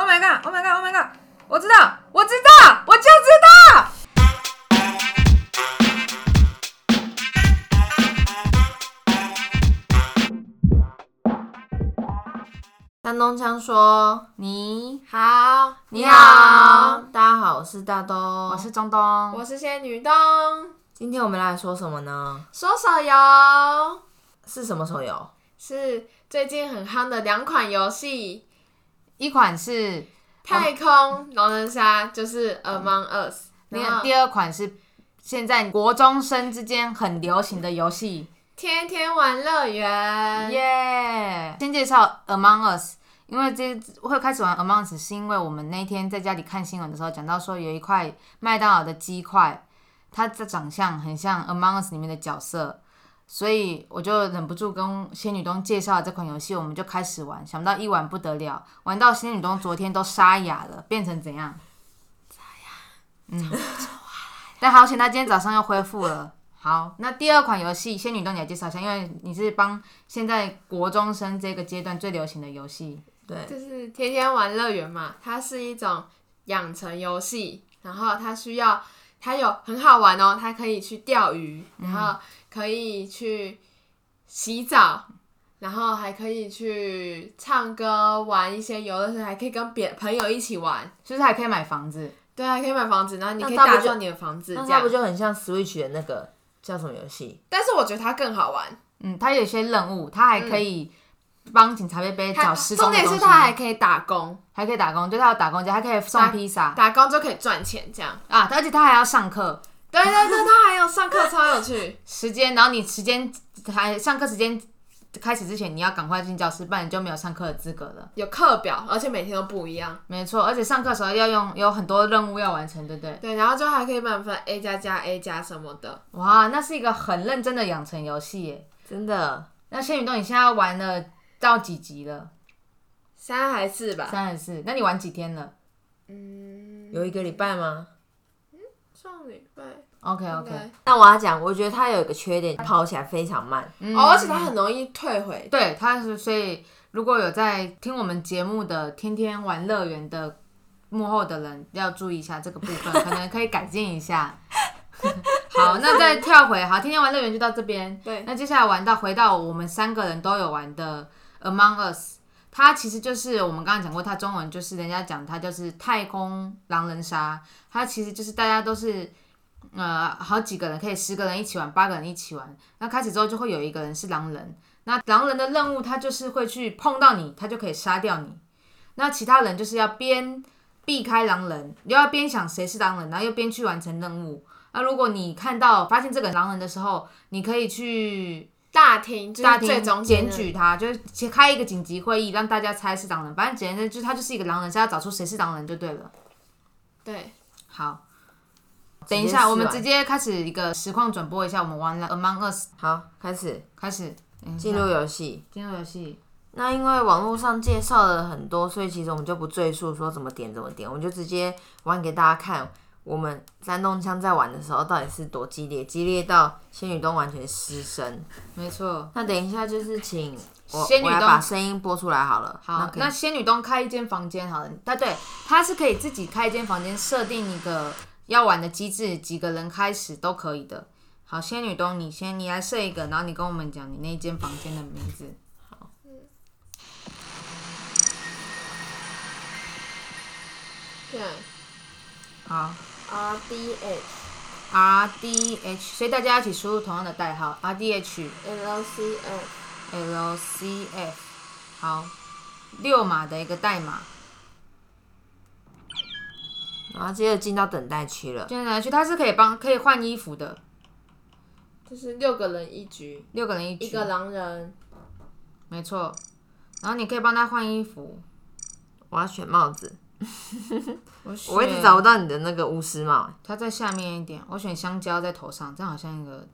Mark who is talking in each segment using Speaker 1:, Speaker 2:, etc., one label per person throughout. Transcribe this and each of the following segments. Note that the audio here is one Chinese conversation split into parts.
Speaker 1: ！Oh my god！Oh my god！我知道，我知道，我就知道。
Speaker 2: 山东腔说：“你好，
Speaker 1: 你好
Speaker 2: 大家好，我是大东，
Speaker 1: 我是中东，
Speaker 3: 我是仙女东，
Speaker 2: 今天我们来说什么呢？
Speaker 3: 说手游
Speaker 2: 是什么手游？
Speaker 3: 是最近很夯的两款游戏，
Speaker 1: 一款是
Speaker 2: 嗯
Speaker 3: 《太空狼人杀》就是《Among Us》，
Speaker 1: 那
Speaker 3: 然
Speaker 1: 个
Speaker 3: 后
Speaker 1: 第二款是现在国中生之间很流行的游戏，
Speaker 3: 天天玩乐园
Speaker 1: 耶、先介绍 Among Us，因为这会开始玩 Among Us 是因为我们那天在家里看新闻的时候讲到说有一块麦当劳的鸡块，它的长相很像 Among Us 里面的角色。所以我就忍不住跟仙女东介绍了这款游戏，我们就开始玩。想不到一玩不得了，玩到仙女东昨天都沙哑了，变成怎样？但好险，他今天早上又恢复了。好，那第二款游戏《仙女洞》你来介绍一下，因为你是帮现在国中生这个阶段最流行的游戏。
Speaker 2: 对，
Speaker 3: 就是天天玩乐园嘛，它是一种养成游戏，然后它需要它有很好玩哦，它可以去钓鱼，然后可以去洗澡，然后还可以去唱歌、玩一些游乐设施，还可以跟别朋友一起玩，
Speaker 1: 就是还可以买房子，
Speaker 3: 对，啊还可以买房子，然后你可以
Speaker 2: 那它不
Speaker 3: 打
Speaker 2: 就
Speaker 3: 造你的房子
Speaker 2: 那
Speaker 3: 这
Speaker 2: 它
Speaker 3: 样
Speaker 2: 不。就很像 Switch 的那个叫什么游戏？
Speaker 3: 但是我觉得它更好玩，
Speaker 1: 嗯，它有一些任务，它还可以帮警察贝贝
Speaker 3: 它
Speaker 1: 找失踪
Speaker 3: 重
Speaker 1: 的
Speaker 3: 点
Speaker 1: 东
Speaker 3: 是
Speaker 1: 西，
Speaker 3: 它还可以打工，
Speaker 1: 还可以打工，对，它有打工家，还可以送
Speaker 3: 打
Speaker 1: 披萨
Speaker 3: 打工就可以赚钱这样。
Speaker 1: 啊，而且它还要上课
Speaker 3: 对对对，它还有上课超有趣。
Speaker 1: 时间，然后你时间还上课时间开始之前，你要赶快进教室，不然你就没有上课的资格了。
Speaker 3: 有课表，而且每天都不一样。
Speaker 1: 没错，而且上课的时候要用有很多任务要完成，对不对？
Speaker 3: 对，然后就还可以满分 A 加加 A 加什么的。
Speaker 1: 哇，那是一个很认真的养成游戏耶。
Speaker 2: 真的，
Speaker 1: 那仙女洞，你现在玩了到几级了？
Speaker 3: 三还是吧？
Speaker 1: 三十四。那你玩几天了
Speaker 3: 嗯，
Speaker 2: 有一个礼拜吗？
Speaker 3: 上礼拜应
Speaker 1: ？OK OK，
Speaker 3: 该
Speaker 2: 那我要讲，我觉得它有一个缺点，跑起来非常慢。
Speaker 1: 嗯
Speaker 3: 哦，而且它很容易退回。
Speaker 1: 对，他是所以如果有在听我们节目的《天天玩乐园》的幕后的人，要注意一下这个部分，可能可以改进一下。 好，那再跳回好，《天天玩乐园》就到这边。
Speaker 3: 对
Speaker 1: 那接下来玩到回到我们三个人都有玩的《Among Us》，它其实就是我们刚刚讲过，它中文就是人家讲它就是太空狼人杀，它其实就是大家都是。呃，好几个人可以十个人一起玩，八个人一起玩。那开始之后就会有一个人是狼人，那狼人的任务，他就是会去碰到你，他就可以杀掉你。那其他人就是要边避开狼人，又要边想谁是狼人，然后又边去完成任务。那如果你看到发现这个狼人的时候，你可以去
Speaker 3: 大厅就
Speaker 1: 大
Speaker 3: 是最
Speaker 1: 厅
Speaker 3: 终
Speaker 1: 检举他，就是开一个紧急会议，让大家猜是狼人。反正简单就是他就是一个狼人，是要找出谁是狼人就对了。
Speaker 3: 对，
Speaker 1: 好，
Speaker 2: 直接
Speaker 1: 等一
Speaker 2: 试
Speaker 1: 下，
Speaker 2: 完
Speaker 1: 我们直接开始一个实况转播一下，我们玩了 Among Us，
Speaker 2: 好，开始
Speaker 1: 开始
Speaker 2: 进入游戏。
Speaker 1: 进入游戏。
Speaker 2: 那因为网络上介绍了很多，所以其实我们就不赘述说怎么点怎么点，我们就直接玩给大家看。我们山东枪在玩的时候到底是多激烈，激烈到仙女东完全失声。
Speaker 1: 没错，
Speaker 2: 那等一下就是请我
Speaker 1: 仙女
Speaker 2: 我来
Speaker 1: 东
Speaker 2: 把声音播出来好了。
Speaker 1: 好，
Speaker 2: 可以
Speaker 1: 那仙女东开一间房间好了，它对，它是可以自己开一间房间，设定一个要玩的机制，几个人开始都可以的。好，仙女东，你先你来设一个，然后你跟我们讲你那间房间的名字。
Speaker 3: 对
Speaker 1: 好
Speaker 3: ，R D H
Speaker 1: ，R D H，所以大家一起输入同样的代号，R D H
Speaker 3: L C F
Speaker 1: L C F。好，六码的一个代码。
Speaker 2: 然后接着进到等待区了。
Speaker 1: 现在去，它是可以帮可以换衣服的，
Speaker 3: 就是六个人一局，
Speaker 1: 六个人一局，
Speaker 3: 一个狼人，
Speaker 1: 没错。然后你可以帮他换衣服。
Speaker 2: 我要选帽子，
Speaker 1: 我
Speaker 2: 我一直
Speaker 1: 选
Speaker 2: 找不到你的那个巫师帽。
Speaker 1: 它在下面一点，我选香蕉在头上，这样好像一个。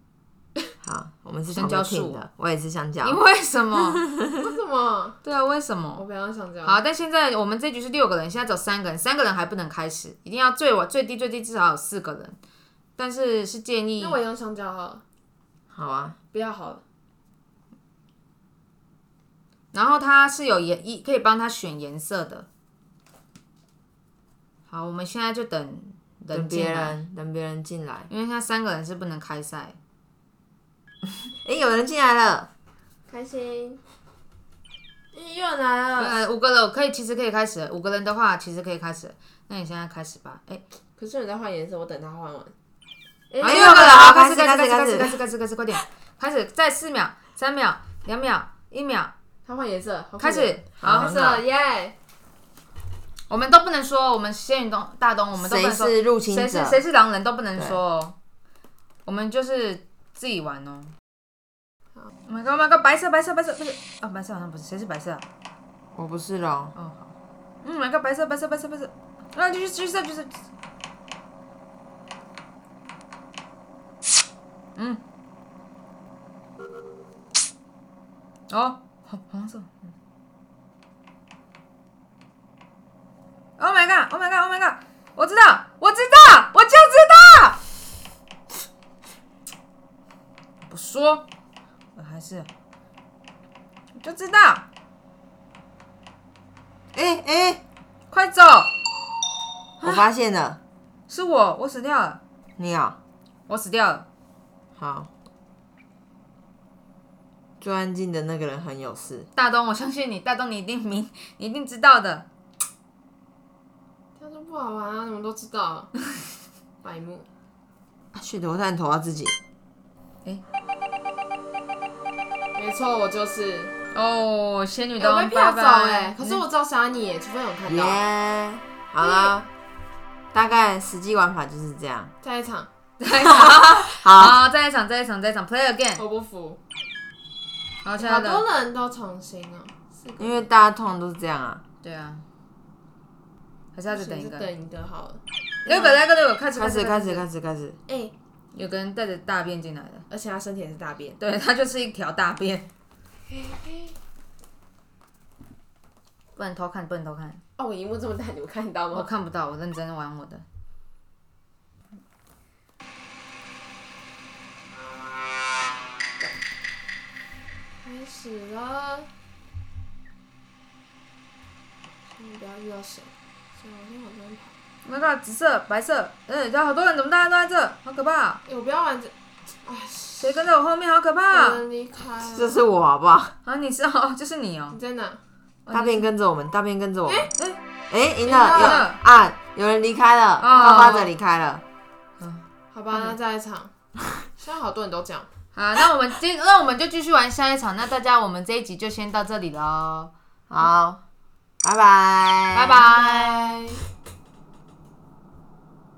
Speaker 2: 好，我们是
Speaker 1: 香蕉
Speaker 2: 同一个 team
Speaker 1: 树
Speaker 2: 的，我也是香蕉
Speaker 1: 你。为什么？
Speaker 3: 为什么？
Speaker 1: 对啊，为什
Speaker 3: 我
Speaker 1: 么？
Speaker 3: 不要想这样。
Speaker 1: 好，但现在我们这局是六个人，现在只有三个人，三个人还不能开始，一定要最晚最低最低至少有四个人。但是是建议
Speaker 3: 那我用香蕉好了，
Speaker 2: 好啊，
Speaker 3: 不要好了。
Speaker 1: 然后它是有颜一可以帮他选颜色的，好，我们现在就等
Speaker 2: 等
Speaker 1: 人
Speaker 2: 别
Speaker 1: 进来，
Speaker 2: 人，等别人进来。
Speaker 1: 因为现在三个人是不能开赛。
Speaker 2: 诶，有人进来了，
Speaker 3: 开心。咦，又来了，
Speaker 1: 呃，五个人可以，其实可以开始了。五个人的话，其实可以开始了。那你现在开始吧。哎、
Speaker 3: 可是有人在换颜色，我等他换完。
Speaker 1: 啊
Speaker 2: 哎
Speaker 1: 六
Speaker 2: 呦
Speaker 1: 个了，好，
Speaker 2: 开
Speaker 1: 开
Speaker 2: 始
Speaker 1: 始，
Speaker 2: 开
Speaker 1: 开
Speaker 2: 始开
Speaker 1: 始，
Speaker 2: 始
Speaker 1: 开始，开始，开始，开始，快点，开始，再四秒、三秒、两秒、一秒，
Speaker 3: 他换颜色，好酷哦
Speaker 1: 开始。
Speaker 2: 好
Speaker 1: 好
Speaker 3: 开，始了耶！
Speaker 1: 我们都不能说我们仙女东大东，我们都不
Speaker 2: 谁
Speaker 1: 能说
Speaker 2: 是入侵
Speaker 1: 谁是
Speaker 2: 者？
Speaker 1: 谁是狼人，都不能说哦。我们就是自己玩哦。Oh my god, oh my god，白色，白色，白色，不是啊，白色好像不是，谁是白色啊？
Speaker 2: 我不是龙，
Speaker 1: 哦，好，嗯，my god，白色，白色，白色，白色，啊，就是就是就是，嗯，哦，好黄色。嗯 Oh my god! Oh my god! Oh my god! 我知道，我知道，我就知道。不说，我还是，我就知道。
Speaker 2: 诶
Speaker 1: 啊
Speaker 2: 诶，
Speaker 1: 快走！
Speaker 2: 我发现了，
Speaker 1: 是我，我死掉了，
Speaker 2: 你好，
Speaker 1: 我死掉了。
Speaker 2: 好，最安静的那个人很有事。
Speaker 1: 大东， 我相信你，大东你一定明，你一定知道的。
Speaker 3: 他说不好玩啊，你们都知 道。白目，
Speaker 2: 去头探头到自己，
Speaker 3: 没错，我就是。
Speaker 1: 哦，仙女
Speaker 3: 哎
Speaker 1: 东，
Speaker 3: 我被票走
Speaker 1: 拜拜
Speaker 3: 哎，可是我知道杀你耶，除非有人看
Speaker 2: 耶、
Speaker 3: 到。
Speaker 2: 好了，大概实际玩法就是这样。
Speaker 3: 再一场，
Speaker 1: 再一场，
Speaker 2: 好，
Speaker 1: 好，再一场，再一场，再一场，play again。
Speaker 3: 我不服。
Speaker 1: 好，亲爱
Speaker 3: 好多
Speaker 1: 的，
Speaker 3: 人都重新哦，是
Speaker 2: 因为大家通常都是这样啊，
Speaker 1: 对啊，还是要再等一个。
Speaker 3: 等一个好了。
Speaker 1: 六个，六个，六个，开始，
Speaker 2: 开始，开始，
Speaker 1: 始。
Speaker 2: 开始，开始。
Speaker 3: 哎，
Speaker 1: 有个人带着大便进来的，
Speaker 3: 而且他身体也是大便。
Speaker 1: 对， 它就是一条大便，不能偷看，不能偷看，
Speaker 3: 哦，我荧幕这么大，你们看得到
Speaker 1: 我
Speaker 3: 吗？
Speaker 1: 看不到，我认真玩我的。
Speaker 3: 开始了，千万不要遇到谁，所以我先往这边跑。
Speaker 1: Oh my god，紫色、白色，嗯，有好多人，怎么大家都在这？好可怕！
Speaker 3: 哎、我不要玩这，哎，
Speaker 1: 谁跟在我后面？好可怕！
Speaker 3: 有人离开啊了
Speaker 2: 这是我好不好？
Speaker 1: 啊，你是哦，就是你哦
Speaker 3: 你。在哪？
Speaker 2: 大便跟着我们，大便跟着我们。
Speaker 1: 哎、
Speaker 2: 哎、嗯赢
Speaker 3: 赢了
Speaker 2: 了，有哦啊，有人离开了，高发者离开了。
Speaker 3: 好吧，那再一场。现在好多人都这样，
Speaker 1: 好，那我们今那我们就继续玩下一场。那大家，我们这一集就先到这里喽，
Speaker 2: 好，拜拜，
Speaker 1: 拜拜。